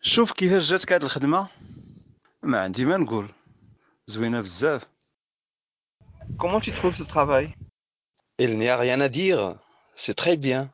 شوف كيفاش جاتك هاد الخدمه ما عندي ما نقول زوينه بزاف Comment tu trouves ce travail Il n'y a rien à dire. C'est très bien.